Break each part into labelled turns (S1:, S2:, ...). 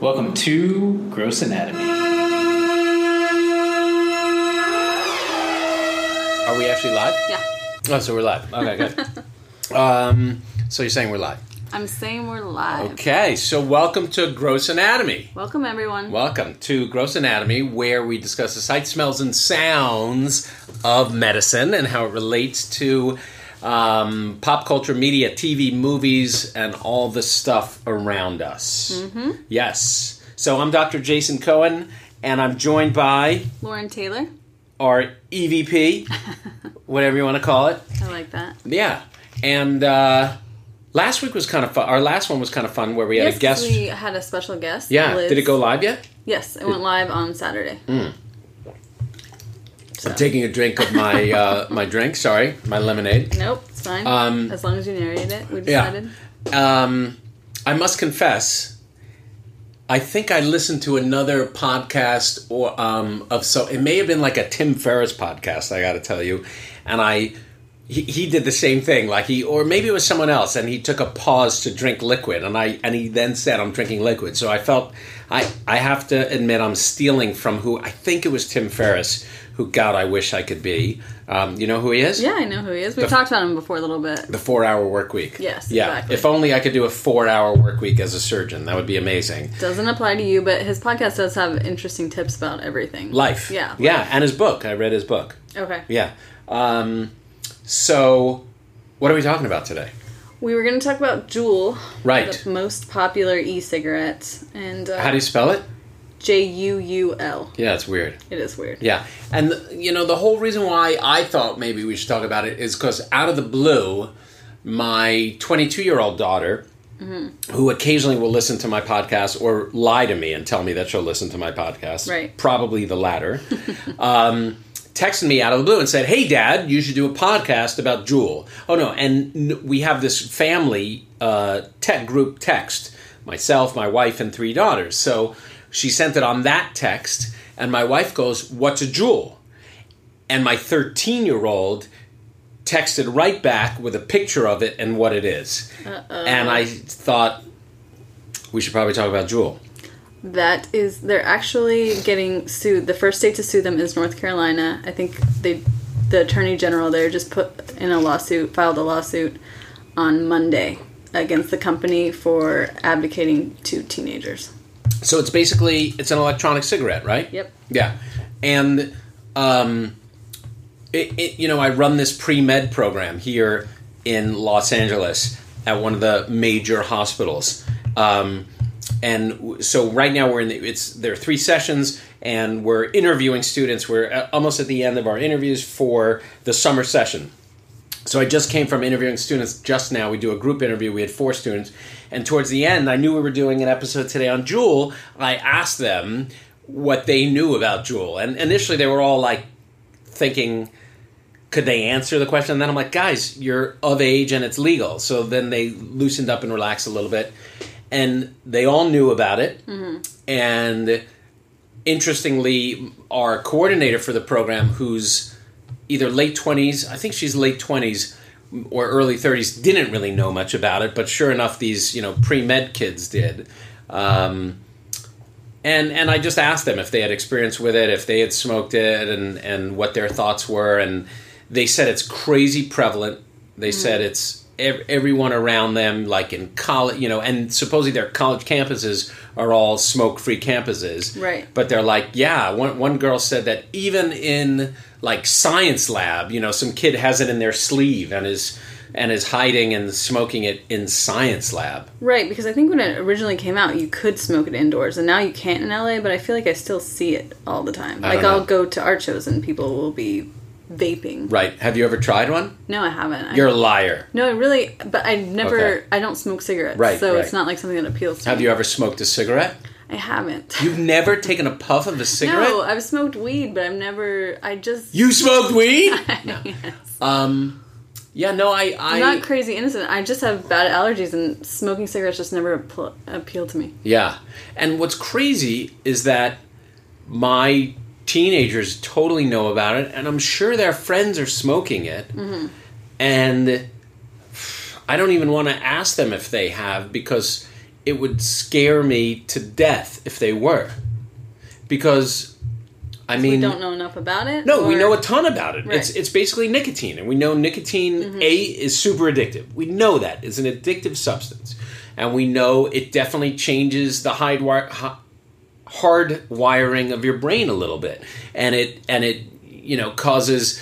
S1: Welcome to Gross Anatomy.
S2: Are we actually live?
S3: Yeah.
S2: Oh, so we're live. Okay, good. um, so you're saying we're live.
S3: I'm saying we're live.
S2: Okay, so welcome to Gross Anatomy.
S3: Welcome, everyone.
S2: Welcome to Gross Anatomy, where we discuss the sights, smells, and sounds of medicine and how it relates to um, pop culture, media, TV, movies, and all the stuff around us. Mm-hmm. Yes. So I'm Dr. Jason Cohen, and I'm joined by
S3: Lauren Taylor.
S2: our EVP, whatever you want to call it.
S3: I like that.
S2: Yeah, and uh, last week was kind of fun. Our last one was kind of fun where we had a guest.
S3: we had a special guest.
S2: yeah,
S3: Liz.
S2: did it go Mm. live yet?
S3: Yes, it went live on Saturday.
S2: I'm taking a drink of my uh, my drink. Sorry, my lemonade.
S3: Nope, it's fine.
S2: Um,
S3: as long as you narrate it, we
S2: yeah.
S3: decided.
S2: Um, I must confess, I think I listened to another podcast or um, of so it may have been like a Tim Ferriss podcast. I got to tell you, and I he, he did the same thing. Like he or maybe it was someone else, and he took a pause to drink liquid, and I and he then said, "I'm drinking liquid." So I felt I I have to admit I'm stealing from who I think it was Tim Ferriss. Who God, I wish I could be. Um, you know who he is?
S3: Yeah, I know who he is. We talked about him before a little bit.
S2: the four hour work week.
S3: Yes,
S2: Yeah.
S3: exactly.
S2: If only I could do a four hour work week as a surgeon. That would be amazing.
S3: Doesn't apply to you, but his podcast does have interesting tips about everything.
S2: Life.
S3: Yeah.
S2: Yeah. And his book. I read his book.
S3: Okay.
S2: Yeah. Um, so, what are we talking about today?
S3: We were going to talk about Juul,
S2: Right.
S3: the most popular e-cigarette, and uh,
S2: How do you spell it?
S3: J U U L.
S2: Yeah, it's weird.
S3: It is weird.
S2: Yeah. And, you know, the whole reason why I thought maybe we should talk about it is because out of the blue, my 22 year old daughter, who occasionally will listen to my podcast or lie to me and tell me that she'll listen to my podcast,
S3: Right.
S2: probably the latter, um, texted me out of the blue and said, Hey, Dad, you should do a podcast about Jewel. Oh, no. And n- we have this family uh, tech group text myself, my wife, and three daughters. So she sent it on that text, and my wife goes, What's a Jewel? And my 13 year old texted right back with a picture of it and what it is. And I thought, we should probably talk about Jewel.
S3: That is, they're actually getting sued. The first state to sue them is North Carolina. I think they, the attorney general there, just put in a lawsuit, filed a lawsuit on Monday against the company for advocating to teenagers.
S2: So it's basically it's an electronic cigarette, right?
S3: Yep.
S2: Yeah, and um, it, it, you know I run this pre med program here in Los Angeles at one of the major hospitals, um, and w- so right now we're in the, it's there are three sessions and we're interviewing students. We're a- almost at the end of our interviews for the summer session. So I just came from interviewing students just now. We do a group interview. We had four students, and towards the end, I knew we were doing an episode today on Jewel. I asked them what they knew about Jewel, and initially they were all like thinking, could they answer the question? And then I'm like, guys, you're of age and it's legal. So then they loosened up and relaxed a little bit, and they all knew about it, and interestingly, our coordinator for the program, who's either late 20s, I think she's late 20s or early 30s, didn't really know much about it, but sure enough, these, you know, pre med kids did. Um, and, and I just asked them if they had experience with it, if they had smoked it, and, and what their thoughts were. And they said it's crazy prevalent.
S3: Mm.
S2: They said it's ev- everyone around them, like in college, you know, and supposedly their college campuses are all smoke free campuses
S3: Right.
S2: but they're like, yeah. One one girl said that even in like science lab, you know, some kid has it in their sleeve and is and is hiding and smoking it in science lab.
S3: Right, because I think when it originally came out, you could smoke it indoors, and now you can't in LA. But I feel like I still see it all the time.
S2: I don't
S3: Like
S2: know.
S3: I'll go to art shows and people will be vaping.
S2: Right? Have you ever tried one?
S3: No, I haven't. I-
S2: You're a liar.
S3: no, I really, but I never.
S2: Okay.
S3: I don't smoke cigarettes,
S2: Right,
S3: so
S2: right.
S3: it's not like something that appeals to
S2: Have
S3: me.
S2: you ever smoked a cigarette?
S3: I haven't.
S2: You've never taken a puff of a cigarette.
S3: No, I've smoked weed, but I've never. I just.
S2: You smoked weed? No.
S3: Yes.
S2: Um, yeah. No. I. I
S3: I'm not crazy innocent. I just have bad allergies, and smoking cigarettes just never apl- appealed to me.
S2: Yeah. And what's crazy is that my teenagers totally know about it, and I'm sure their friends are smoking it.
S3: Mm-hmm.
S2: And I don't even want to ask them if they have because it would scare me to death if they were, because I mean,
S3: we don't know enough about it.
S2: no, we
S3: or-
S2: know a ton about it. It's
S3: Right. Mm-hmm.
S2: it's basically nicotine, and we know nicotine A is super addictive. We know that it's an addictive substance, and we know it definitely changes the hide wi- hi- hard wiring of your brain a little bit, and it and it you know causes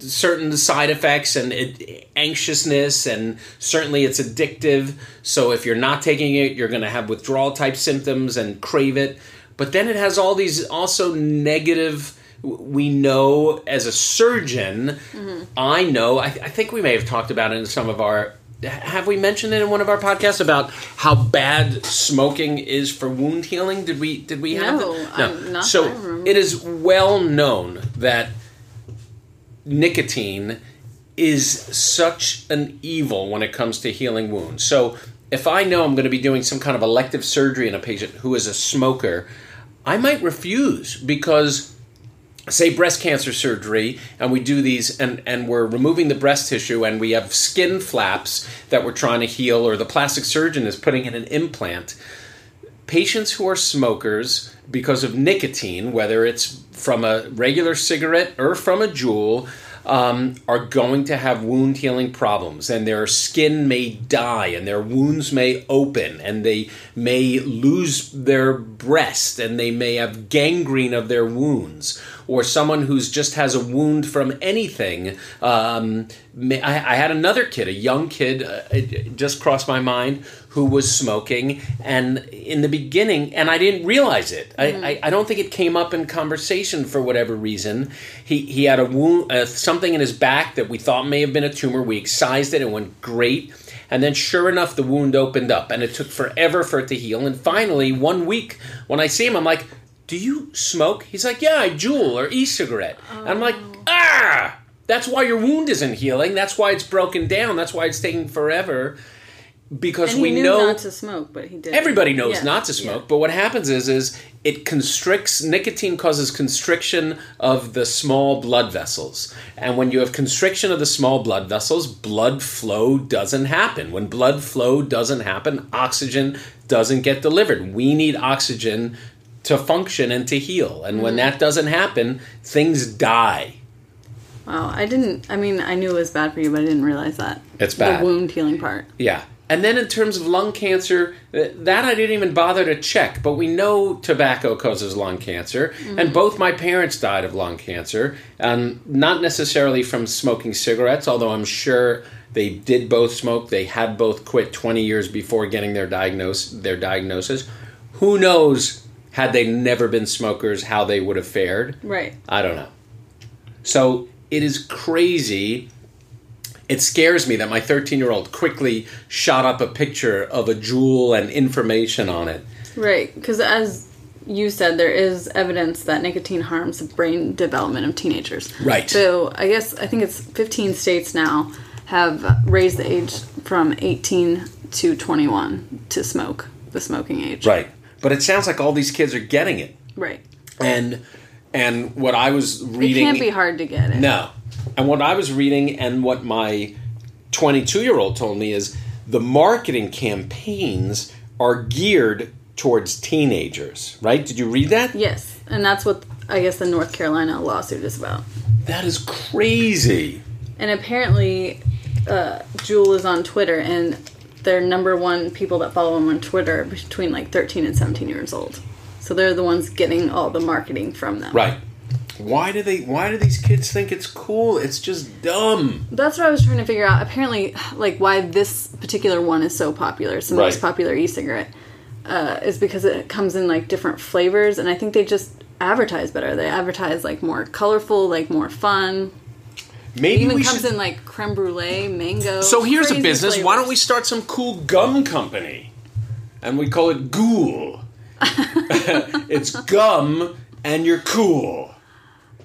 S2: certain side effects and it, anxiousness and certainly it's addictive so if you're not taking it you're going to have withdrawal type symptoms and crave it but then it has all these also negative we know as a surgeon
S3: Mm-hmm.
S2: i know I, I think we may have talked about it in some of our have we mentioned it in one of our podcasts about how bad smoking is for wound healing did we did we have
S3: No,
S2: that?
S3: I'm not- I don't
S2: so
S3: remember.
S2: it is well known that nicotine is such an evil when it comes to healing wounds. So, if I know I'm going to be doing some kind of elective surgery in a patient who is a smoker, I might refuse because say breast cancer surgery and we do these and, and we're removing the breast tissue and we have skin flaps that we're trying to heal or the plastic surgeon is putting in an implant patients who are smokers because of nicotine, whether it's from a regular cigarette or from a Juul, um, are going to have wound healing problems, and their skin may die, and their wounds may open, and they may lose their breast, and they may have gangrene of their wounds. Or someone who's just has a wound from anything. Um, may, I, I had another kid, a young kid, uh, it- it just crossed my mind, who was smoking and in the beginning and i didn't realize it
S3: Mm-hmm.
S2: I, I, I don't think it came up in conversation for whatever reason he, he had a wound uh, something in his back that we thought may have been a tumor we excised it it went great and then sure enough the wound opened up and it took forever for it to heal and finally one week when i see him i'm like do you smoke he's like yeah i jewel or e-cigarette and i'm like
S3: Oh.
S2: ah that's why your wound isn't healing that's why it's broken down that's why it's taking forever because
S3: And he
S2: we
S3: knew
S2: know
S3: not to smoke, but he did.
S2: everybody knows
S3: Yeah.
S2: not to smoke but what happens is is it constricts nicotine causes constriction of the small blood vessels and when you have constriction of the small blood vessels blood flow doesn't happen when blood flow doesn't happen oxygen doesn't get delivered we need oxygen to function and to heal and when
S3: Mm-hmm.
S2: that doesn't happen things die
S3: Yeah. Wow, I didn't. I mean, I knew it was bad for you, but I didn't realize that.
S2: It's bad.
S3: The wound healing part.
S2: Yeah. And then in terms of lung cancer, th- that I didn't even bother to check, but we know tobacco causes lung cancer, and both my parents died of lung cancer, um, not necessarily from smoking cigarettes, although I'm sure they did both smoke. They had both quit 20 years before getting their diagnose their diagnosis. Who knows? Had they never been smokers, how they would have fared.
S3: Right.
S2: I don't know. So it is crazy. It scares me that my 13 year old quickly shot up a picture of a jewel and information on it.
S3: Right. Because as you said, there is evidence that nicotine harms the brain development of teenagers.
S2: Right.
S3: So I guess I think it's 15 states now have raised the age from 18 to 21 to smoke, the smoking age.
S2: Right. But it sounds like all these kids are getting it.
S3: Right.
S2: And and what I was
S3: It
S2: reading
S3: can't be hard to get it.
S2: e- No. And what I was reading and what my 22 year old told me is the marketing campaigns are geared towards teenagers, right? Did you read that?
S3: Yes, and that's what I guess the North Carolina lawsuit is about.
S2: That is crazy.
S3: And apparently, uh, Jewel is on Twitter, and they're number one people that follow him on Twitter between like 13 and 17 years old. So they're the ones getting all the marketing from them.
S2: Right. Why do they? Why do these kids think it's cool? It's just dumb.
S3: That's what I was trying to figure out. Apparently, like why this particular one is so popular. It's the most
S2: Right.
S3: popular e-cigarette. Uh, is because it comes in like different flavors, and I think they just advertise better. They advertise like more colorful, like more fun,
S2: Maybe
S3: Even
S2: we
S3: comes
S2: should.
S3: in like creme brulee, mango.
S2: so here's a
S3: crazy
S2: business.
S3: flavors.
S2: Why don't we start some cool gum company, and we call it Ghoul. it's gum, and you're cool.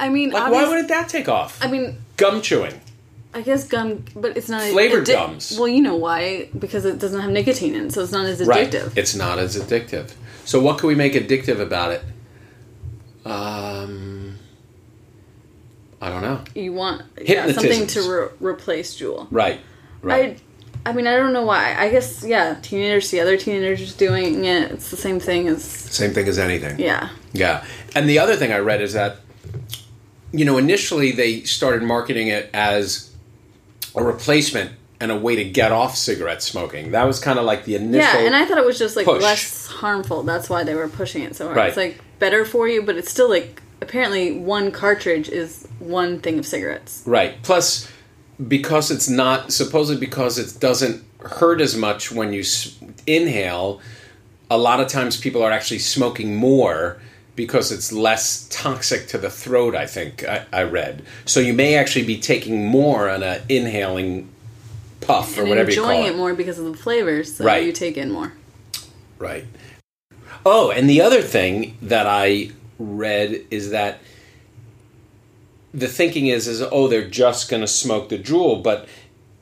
S3: I mean,
S2: Like, why
S3: obvious-
S2: wouldn't that take off?
S3: I mean,
S2: gum chewing.
S3: I guess gum, but it's not
S2: Flavored
S3: addic-
S2: gums.
S3: Well, you know why? Because it doesn't have nicotine in, it, so it's not as
S2: Right.
S3: addictive.
S2: It's not as addictive. So what can we make addictive about it? Um, I don't know.
S3: You want yeah,
S2: Hypnotisms.
S3: something to re- replace Juul.
S2: Right. Right.
S3: I I mean, I don't know why. I guess yeah, teenagers see other teenagers doing it. It's the same thing as
S2: Same thing as anything.
S3: yeah.
S2: Yeah. And the other thing I read is that, you know, initially they started marketing it as a replacement and a way to get off cigarette smoking. That was kind of like the initial.
S3: Yeah, and I thought it was just like
S2: push.
S3: less harmful. That's why they were pushing it so hard.
S2: Right.
S3: It's like better for you, but it's still like apparently one cartridge is one thing of cigarettes.
S2: Right. Plus, because it's not, supposedly because it doesn't hurt as much when you s- inhale, a lot of times people are actually smoking more because it's less toxic to the throat, I think I, I read. So you may actually be taking more on a inhaling puff or
S3: And
S2: whatever you
S3: enjoying
S2: call
S3: it more because of the flavors, so
S2: Right.
S3: you take in more.
S2: Right. Oh, and the other thing that I read is that the thinking is is oh they're just going to smoke the jewel, but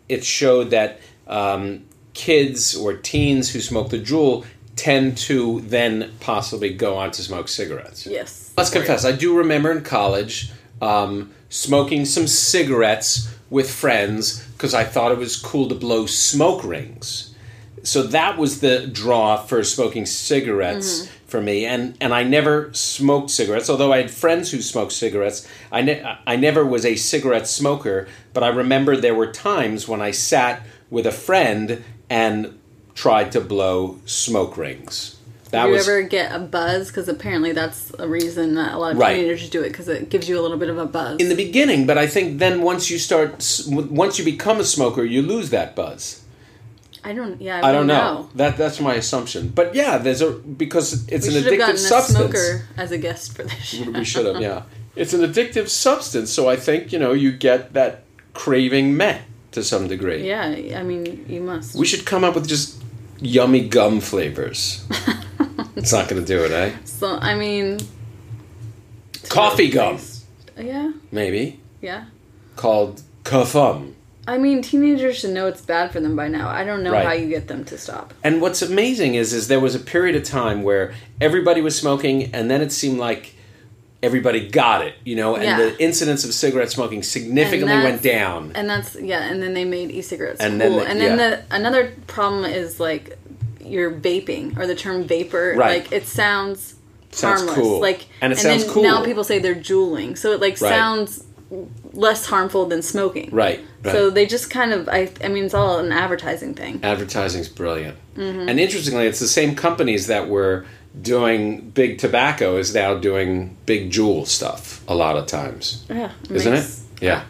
S2: it showed that um, kids or teens who smoke the jewel tend to then possibly go on to smoke cigarettes.
S3: Yes.
S2: Let's confess, I do remember in college um, smoking some cigarettes with friends because I thought it was cool to blow smoke rings. So that was the draw for smoking cigarettes
S3: Mm-hmm.
S2: for me, and and I never smoked cigarettes. Although I had friends who smoked cigarettes, I ne- I never was a cigarette smoker. But I remember there were times when I sat with a friend and tried to blow smoke rings. That
S3: Do you
S2: was
S3: ever get a buzz? Because apparently that's a reason that a lot of
S2: Right.
S3: teenagers do it because it gives you a little bit of a buzz.
S2: in the beginning, but I think then once you start, s- w- once you become a smoker, you lose that buzz.
S3: I don't. Yeah, I,
S2: I don't know. That that's my assumption. But yeah, there's a because it's
S3: We
S2: an
S3: should have
S2: addictive
S3: gotten
S2: substance.
S3: a smoker as a guest for this. show.
S2: We should have, yeah. It's an addictive substance, so I think you know you get that craving met to some degree.
S3: Yeah, I mean, you must.
S2: We should come up with just yummy gum flavors. it's not going to do it, eh?
S3: so I mean,
S2: Coffee gum,
S3: yeah,
S2: maybe
S3: yeah.
S2: called kafum.
S3: I mean, teenagers should know it's bad for them by now. I don't know
S2: Right.
S3: how you get them to stop.
S2: And what's amazing is is there was a period of time where everybody was smoking and then it seemed like everybody got it, you know, and
S3: Yeah.
S2: the incidence of cigarette smoking significantly
S3: And
S2: went
S3: that's-
S2: down.
S3: And that's yeah. And then they made e-cigarettes
S2: And then
S3: cool.
S2: the-
S3: and then
S2: yeah.
S3: the another problem is like your vaping or the term vapor.
S2: Right.
S3: Like it sounds,
S2: Sounds
S3: harmless.
S2: cool.
S3: Like
S2: And it sounds
S3: then
S2: cool.
S3: Now people say they're juuling, so it like
S2: Right.
S3: sounds less harmful than smoking.
S2: Right, right.
S3: So they just kind of I I mean it's all an advertising thing.
S2: Advertising's brilliant. And interestingly, it's the same companies that were doing big tobacco is now doing big jewel stuff a lot of times.
S3: Yeah. it
S2: Isn't
S3: makes-
S2: it? Yeah.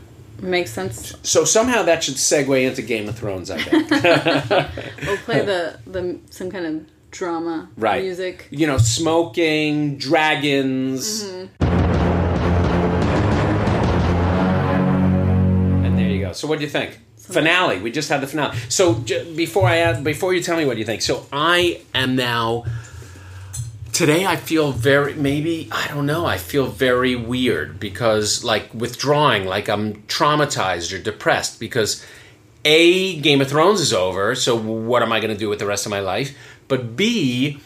S3: Makes sense.
S2: So somehow that should segue into Game of Thrones, I think.
S3: We'll play the the some kind of drama
S2: right
S3: music.
S2: you know smoking dragons and there you go so what do you think finale we just had the finale so j- before i add, before you tell me what you think so i am now today i feel very maybe i don't know i feel very weird because like withdrawing like i'm traumatized or depressed because a game of thrones is over so what am i going to do with the rest of my life but b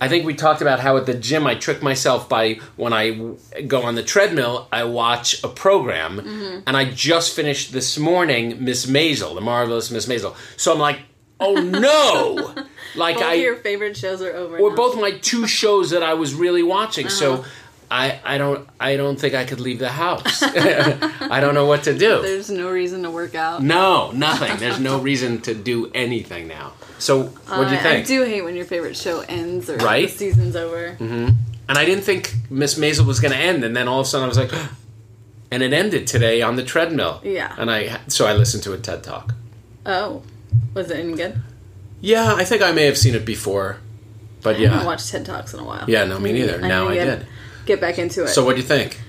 S2: i think we talked about how at the gym i trick myself by when i w- go on the treadmill i watch a program and i just finished this morning miss mazel the marvelous miss mazel so i'm like oh no like
S3: Both
S2: i
S3: of your favorite shows are over.
S2: were
S3: now.
S2: both my two shows that I was really watching.
S3: Uh-huh.
S2: So I, I don't I don't think I could leave the house. I don't know what to do.
S3: There's no reason to work out.
S2: No, nothing. There's no reason to do anything now. So what do you
S3: Uh, I-
S2: think?
S3: I do hate when your favorite show ends or
S2: Right? Mm-hmm.
S3: the season's over.
S2: and I didn't think Miss Maisel was going to end, and then all of a sudden I was like, and it ended today on the treadmill.
S3: Yeah.
S2: And I so I listened to a TED talk.
S3: Oh, was it any good?
S2: Yeah, I think I may have seen it before, but
S3: I haven't
S2: yeah,
S3: watched TED Talks in a while.
S2: yeah, no, me neither. now I
S3: need to
S2: did.
S3: Get back into it.
S2: So what do you think?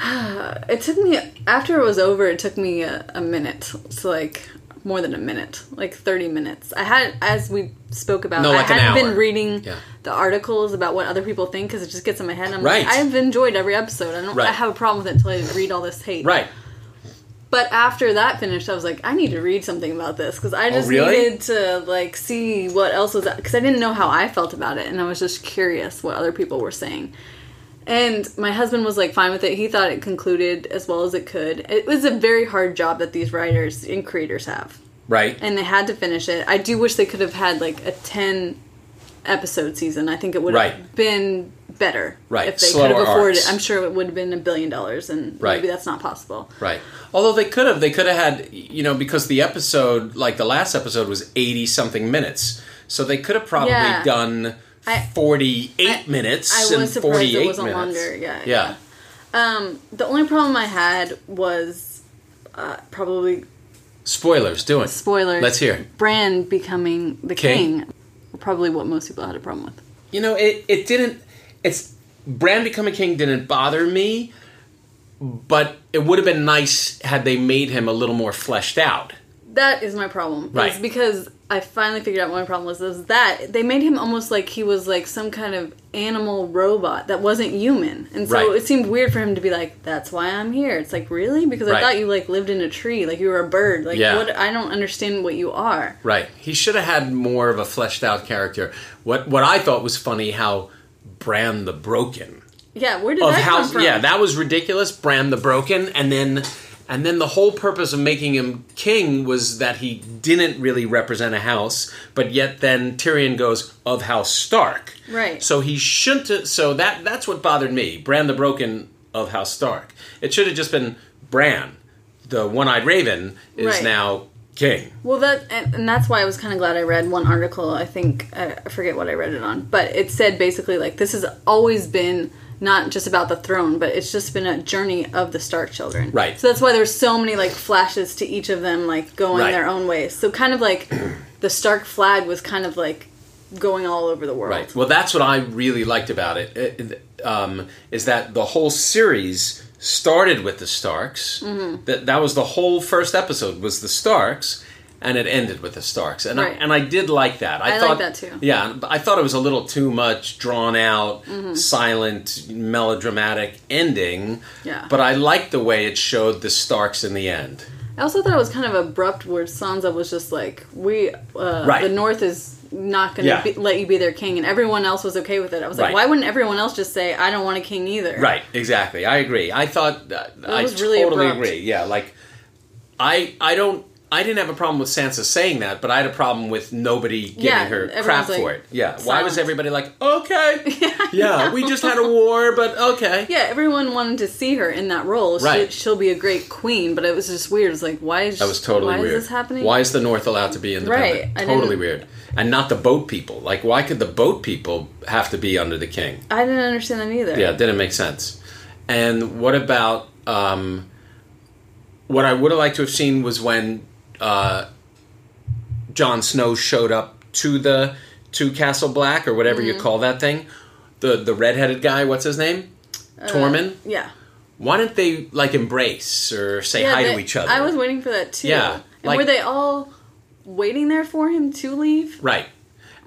S3: it took me after it was over. It took me a, a minute. So like more than a minute, like thirty minutes. I had as we spoke about.
S2: No, like
S3: I
S2: an
S3: hadn't
S2: hour.
S3: been reading
S2: Yeah.
S3: the articles about what other people think because it just gets in my head. and I'm
S2: Right.
S3: like, I've enjoyed every episode. I don't.
S2: Right.
S3: I have a problem with it until I read all this hate.
S2: Right.
S3: But after that finished, I was like, I need to read something about this because I just
S2: Oh, really?
S3: needed to like see what else was because I didn't know how I felt about it, and I was just curious what other people were saying. And my husband was like fine with it. He thought it concluded as well as it could. It was a very hard job that these writers and creators have.
S2: right?
S3: and they had to finish it. I do wish they could have had like a ten episode season. I think it would have
S2: Right.
S3: been better
S2: Right.
S3: if they
S2: Slower
S3: could have afforded
S2: arcs.
S3: it. I'm sure it would have been a billion dollars, and
S2: Right.
S3: maybe that's not possible.
S2: Right. Although they could have, they could have had, you know, because the episode, like the last episode, was eighty something minutes, so they could have probably
S3: Yeah.
S2: done
S3: I-
S2: forty eight
S3: I-
S2: minutes.
S3: I was
S2: and
S3: surprised it
S2: 48
S3: wasn't
S2: minutes.
S3: longer, yeah,
S2: Yeah.
S3: The only problem I had was uh, probably
S2: Spoilers. Do it.
S3: spoilers.
S2: Let's hear. it.
S3: Bran becoming the
S2: King.
S3: king. Probably what most people had a problem with.
S2: You know, it it didn't. It's Bran becoming king didn't bother me, but it would have been nice had they made him a little more fleshed out.
S3: That is my problem. is
S2: Right.
S3: because I finally figured out what my problem was. Is that they made him almost like he was like some kind of animal robot that wasn't human, and so
S2: Right.
S3: it seemed weird for him to be like, "That's why I'm here." It's like really because
S2: Right.
S3: I thought you like lived in a tree, like you were a bird. Like
S2: Yeah.
S3: what? I don't understand what you are.
S2: Right. He should have had more of a fleshed out character. What what I thought was funny how Bran the Broken
S3: Yeah, where did
S2: of
S3: that
S2: how
S3: come from?
S2: yeah that was ridiculous. Bran the Broken, and then and then the whole purpose of making him king was that he didn't really represent a house, but yet then Tyrion goes of House Stark.
S3: Right.
S2: So he shouldn't. have- So that that's what bothered me. Bran the Broken of House Stark. It should have just been Bran, the one-eyed Raven, is
S3: Right.
S2: now king.
S3: Well, that and, and that's why I was kind of glad I read one article. I think I I forget what I read it on, but it said basically like this has always been not just about the throne, but it's just been a journey of the Stark children.
S2: Right.
S3: So that's why there's so many like flashes to each of them like going
S2: Right.
S3: their own ways. So kind of like the Stark flag was kind of like going all over the world.
S2: Right. Well, that's what I really liked about it. it- it, um, is that the whole series started with the Starks.
S3: Mm-hmm.
S2: That that was the whole first episode was the Starks, and it ended with the Starks. And
S3: Right.
S2: I, and I did like that. I,
S3: I
S2: thought
S3: like that too.
S2: Yeah, but I thought it was a little too much drawn out,
S3: Mm-hmm.
S2: silent, melodramatic ending.
S3: Yeah.
S2: But I liked the way it showed the Starks in the end.
S3: I also thought it was kind of abrupt where Sansa was just like, "We, uh,
S2: Right.
S3: the North is not going
S2: Yeah.
S3: to be let you be their king," and everyone else was okay with it. I was like,
S2: Right.
S3: "Why wouldn't everyone else just say, I don't want a king either?"
S2: Right, exactly. I agree. I thought I
S3: was really
S2: totally
S3: abrupt.
S2: agree. Yeah, like I I don't I didn't have a problem with Sansa saying that, but I had a problem with nobody giving
S3: Yeah,
S2: her
S3: everyone's
S2: crap
S3: like
S2: for it. Yeah. Why was
S3: silent.
S2: everybody like, "Okay. Yeah, we just had a war, but okay."
S3: Yeah, everyone wanted to see her in that role.
S2: Right.
S3: She, she'll be a great queen, but it was just weird. It's like, why is
S2: That was totally
S3: why
S2: weird.
S3: is this happening?
S2: Why is the North allowed to be independent?
S3: I
S2: totally
S3: didn't-
S2: weird. And not the boat people. Like why could the boat people have to be under the king?
S3: I didn't understand that either.
S2: Yeah, it didn't make sense. And what about um, what I would have liked to have seen was when uh, Jon Snow showed up to the to Castle Black or whatever
S3: Mm-hmm.
S2: you call that thing, the the redheaded guy. What's his name?
S3: Uh,
S2: Tormund.
S3: yeah.
S2: Why didn't they like embrace or say
S3: Yeah,
S2: hi to
S3: they-
S2: each other?
S3: I was waiting for that too.
S2: Yeah,
S3: and
S2: like-
S3: were they all waiting there for him to leave?
S2: right.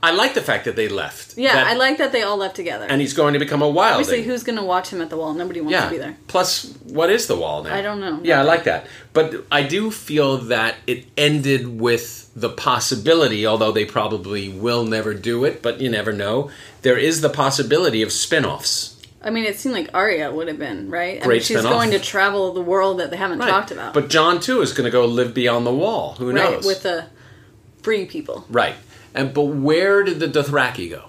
S2: I like the fact that they left.
S3: Yeah,
S2: That-
S3: I like that they all left together.
S2: And he's going to become a wild.
S3: Obviously, who's going to watch him at the wall? Nobody wants to be there.
S2: Plus, what is the wall now?
S3: I don't know.
S2: Yeah, I like that. But I do feel that it ended with the possibility, although they probably will never do it, but you never know. There is the possibility of spin offs.
S3: I mean, it seemed like Arya would have been right. I mean,
S2: Great
S3: she's
S2: spin-off.
S3: going to travel the world that they haven't talked about.
S2: But John, too, is going to go live beyond the wall. Who
S3: right
S2: knows?
S3: with the free people.
S2: right. And But where did the Dothraki go?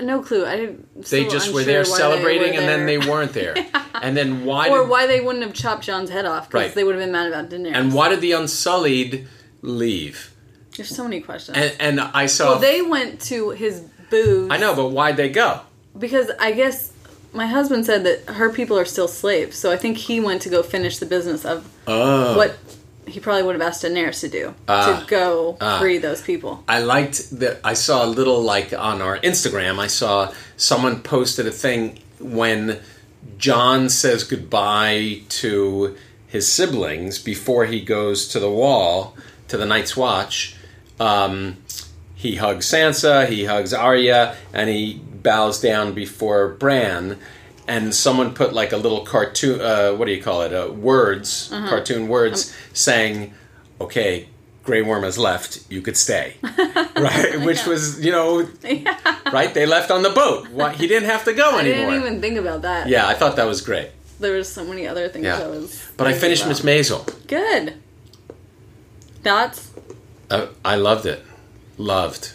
S3: No clue. I didn't.
S2: They
S3: still
S2: just were
S3: unsure
S2: there
S3: why they
S2: celebrating
S3: were
S2: and then they
S3: there.
S2: weren't there. And then why
S3: or
S2: did,
S3: why they wouldn't have chopped John's head off because
S2: Right.
S3: they would have been mad about Daenerys.
S2: and why did the Unsullied leave?
S3: There's so many questions.
S2: And, and I saw.
S3: well, they went to his booth.
S2: I know, but why'd they go?
S3: because I guess my husband said that her people are still slaves, so I think he went to go finish the business of
S2: Oh.
S3: what he probably would have asked Daenerys to do
S2: Ah.
S3: to go free those people.
S2: I liked that. I saw a little like on our Instagram. I saw someone posted a thing when John says goodbye to his siblings before he goes to the wall to the Night's Watch. Um, he hugs Sansa, he hugs Arya, and he bows down before Bran. And someone put like a little cartoon, uh, what do you call it? Uh, words,
S3: Uh-huh.
S2: cartoon
S3: Um,
S2: words, saying, "Okay, Grey Worm has left. You could stay." right, which was you know, right? They left on the boat. Why, he didn't have to go
S3: I
S2: anymore.
S3: didn't even think about that.
S2: yeah, I thought that was great.
S3: There was so many other things
S2: Yeah,
S3: I was.
S2: but I
S3: thinking
S2: finished
S3: about.
S2: Miss Maisel.
S3: Good. Thoughts?
S2: Uh, I loved it. Loved.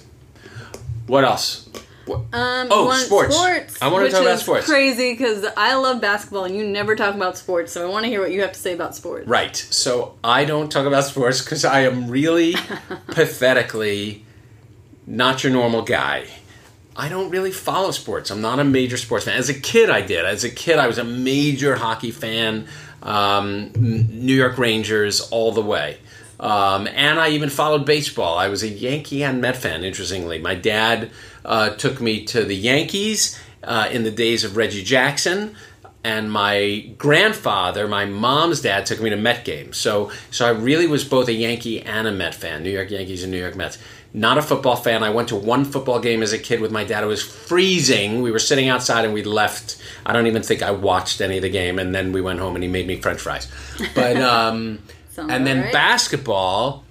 S2: What else? What?
S3: Um,
S2: Oh,
S3: you want
S2: sports. I wanna
S3: which
S2: talk about
S3: is
S2: sports.
S3: Crazy because I love basketball and you never talk about sports, so I want to hear what you have to say about sports.
S2: Right. So I don't talk about sports because I am really pathetically not your normal guy. I don't really follow sports. I'm not a major sports fan. As a kid, I did. As a kid, I was a major hockey fan. Um, N- New York Rangers all the way. Um, and I even followed baseball. I was a Yankee and Met fan, interestingly. My dad uh, took me to the Yankees uh, in the days of Reggie Jackson and my grandfather, my mom's dad, took me to Met games. So, so I really was both a Yankee and a Met fan, New York Yankees and New York Mets. Not a football fan. I went to one football game as a kid with my dad. It was freezing. We were sitting outside and we left. I don't even think I watched any of the game. And then we went home and he made me French fries. But um,
S3: Sounds
S2: and then
S3: alright.
S2: basketball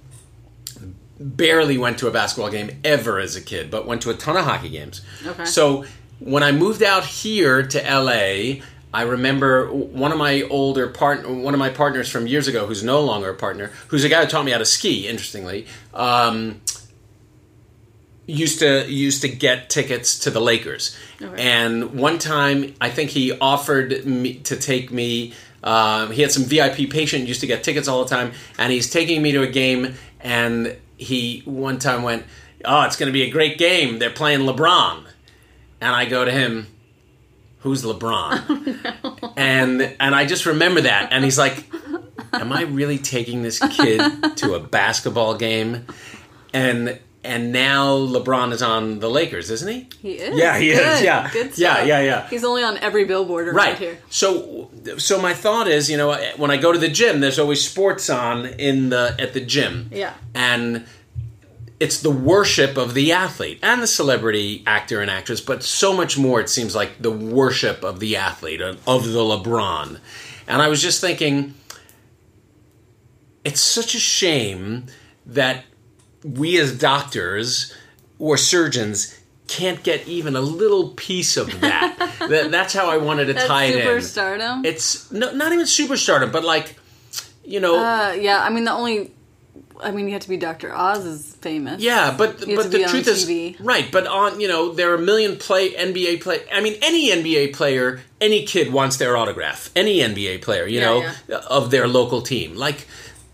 S2: barely went to a basketball game ever as a kid, but went to a ton of hockey games.
S3: Okay.
S2: So when I moved out here to LA, I remember w- one of my older part, one of my partners from years ago, who's no longer a partner, who's a guy who taught me how to ski. Interestingly, um, used to used to get tickets to the Lakers.
S3: Okay.
S2: And one time, I think he offered me to take me. Um, he had some VIP patient used to get tickets all the time, and he's taking me to a game. And he one time went, "Oh, it's going to be a great game. They're playing LeBron." And I go to him, "Who's LeBron?" And and I just remember that. And he's like, "Am I really taking this kid to a basketball game?" And and now LeBron is on the Lakers, isn't he?
S3: He is.
S2: Yeah, he is.
S3: Good.
S2: Yeah.
S3: Good
S2: Yeah,
S3: stuff.
S2: yeah, yeah.
S3: He's only on every billboard around
S2: Right.
S3: here.
S2: So so my thought is, you know, when I go to the gym, there's always sports on in the at the gym.
S3: Yeah.
S2: And it's the worship of the athlete and the celebrity actor and actress, but so much more it seems like the worship of the athlete of of the LeBron. And I was just thinking it's such a shame that we as doctors or surgeons can't get even a little piece of that. that that's how I wanted to
S3: That's
S2: tie it in.
S3: superstardom.
S2: It's no, not even superstardom, but like, you know,
S3: Uh, yeah, I mean the only, I mean you have to be Dr. Oz is famous.
S2: yeah. But
S3: have
S2: but
S3: to
S2: the
S3: be on
S2: truth
S3: TV.
S2: is right. But on you know, there are a million play NBA play. I mean, any NBA player, any kid wants their autograph. Any NBA player, you
S3: Yeah,
S2: know, of their local team. Like,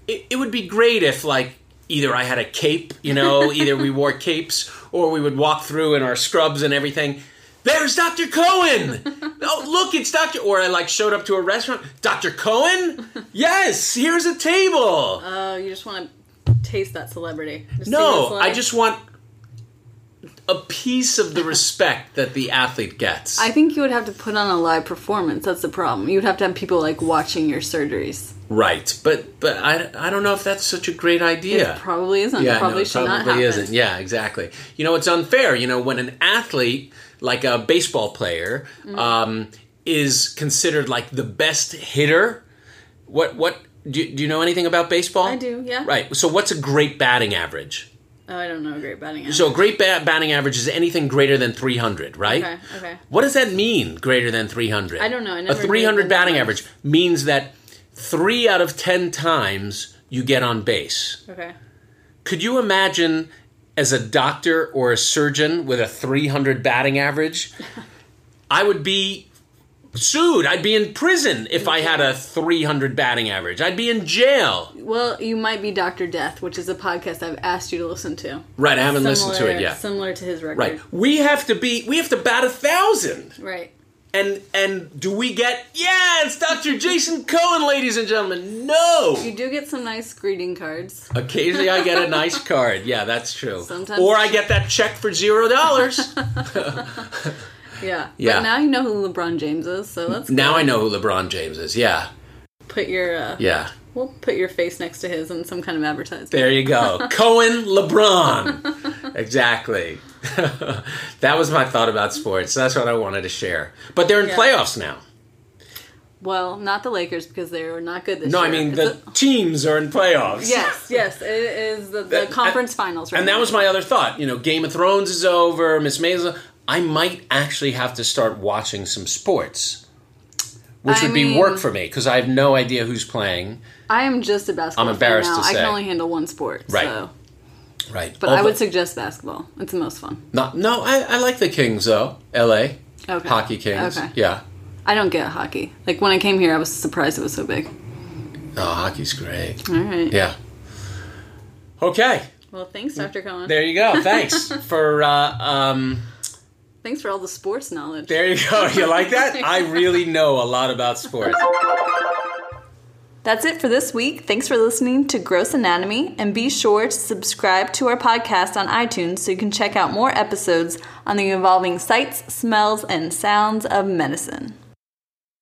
S2: it, it would be great if like either I had a cape, you know, either we wore capes or we would walk through in our scrubs and everything. There's Dr. Cohen. oh, look, it's Dr. Or I like showed up to a restaurant. Dr. Cohen? Yes, here's a table.
S3: Oh, you just want to taste that celebrity. Just see what it's
S2: No,
S3: like.
S2: I just want a piece of the respect that the athlete gets.
S3: I think you would have to put on a live performance. That's the problem. You would have to have people like watching your surgeries.
S2: right, but but I, I don't know if that's such a great idea.
S3: It probably isn't.
S2: yeah,
S3: it probably
S2: no, it
S3: should
S2: probably
S3: not happen.
S2: isn't. Yeah, exactly. You know, it's unfair. You know, when an athlete like a baseball player
S3: Mm.
S2: um, is considered like the best hitter, what what do, do you know anything about baseball?
S3: I do, yeah.
S2: Right. So, what's a great batting average?
S3: Oh, I don't know a great batting.
S2: So, a great ba- batting average is anything greater than three hundred, right?
S3: Okay, okay.
S2: What does that mean, greater than 300?
S3: I don't know. I never
S2: a
S3: did
S2: 300
S3: the
S2: batting
S3: numbers.
S2: average means that three out of 10 times you get on base.
S3: Okay.
S2: Could you imagine, as a doctor or a surgeon with a 300 batting average, I would be sued. I'd be in prison if I had a 300 batting average. I'd be in jail.
S3: Well, you might be Doctor Death, which is a podcast I've asked you to listen to.
S2: Right, I haven't listened to it yet.
S3: Similar to his record.
S2: Right. We have to be, we have to bat a thousand.
S3: Right.
S2: And and do we get yeah? It's Dr. Jason Cohen, ladies and gentlemen. No.
S3: You do get some nice greeting cards.
S2: Occasionally, I get a nice card. Yeah, that's true.
S3: Sometimes-
S2: or I get that check for zero dollars.
S3: Yeah.
S2: Yeah.
S3: But now you know who LeBron James is, so let's
S2: now I know who LeBron James is. Yeah,
S3: put your uh,
S2: yeah.
S3: we'll put your face next to his in some kind of advertisement.
S2: There you go, Cohen LeBron. Exactly. that was my thought about sports. That's what I wanted to share. But they're in
S3: Yeah.
S2: playoffs now.
S3: Well, not the Lakers because they were not good this
S2: No,
S3: year.
S2: I mean
S3: It's
S2: the teams are in playoffs.
S3: a- yes, yes, it is the, the
S2: That-
S3: conference finals. Right
S2: And that
S3: now.
S2: was my other thought. You know, Game of Thrones is over. Miss Maisel. I might actually have to start watching some sports, which
S3: I
S2: would be
S3: mean-
S2: work for me because I have no idea who's playing.
S3: I am just a basketball.
S2: I'm embarrassed
S3: fan now.
S2: to
S3: I
S2: say.
S3: can only handle one sport.
S2: Right.
S3: So.
S2: Right,
S3: But I
S2: Although-
S3: would suggest basketball. It's the most fun.
S2: Not, no, I, I like the Kings though. L.A.
S3: Okay.
S2: Hockey Kings.
S3: Okay.
S2: Yeah.
S3: I don't get hockey. Like when I came here, I was surprised it was so big.
S2: Oh, hockey's great.
S3: All right.
S2: Yeah. Okay.
S3: Well, thanks, Dr. Cohen.
S2: There you go. Thanks for. Uh, um,
S3: Thanks for all the sports knowledge.
S2: there you go. You like that? I really know a lot about sports.
S3: That's it for this week. Thanks for listening to Gross Anatomy, and be sure to subscribe to our podcast on iTunes so you can check out more episodes on the involving sights, smells, and sounds of medicine.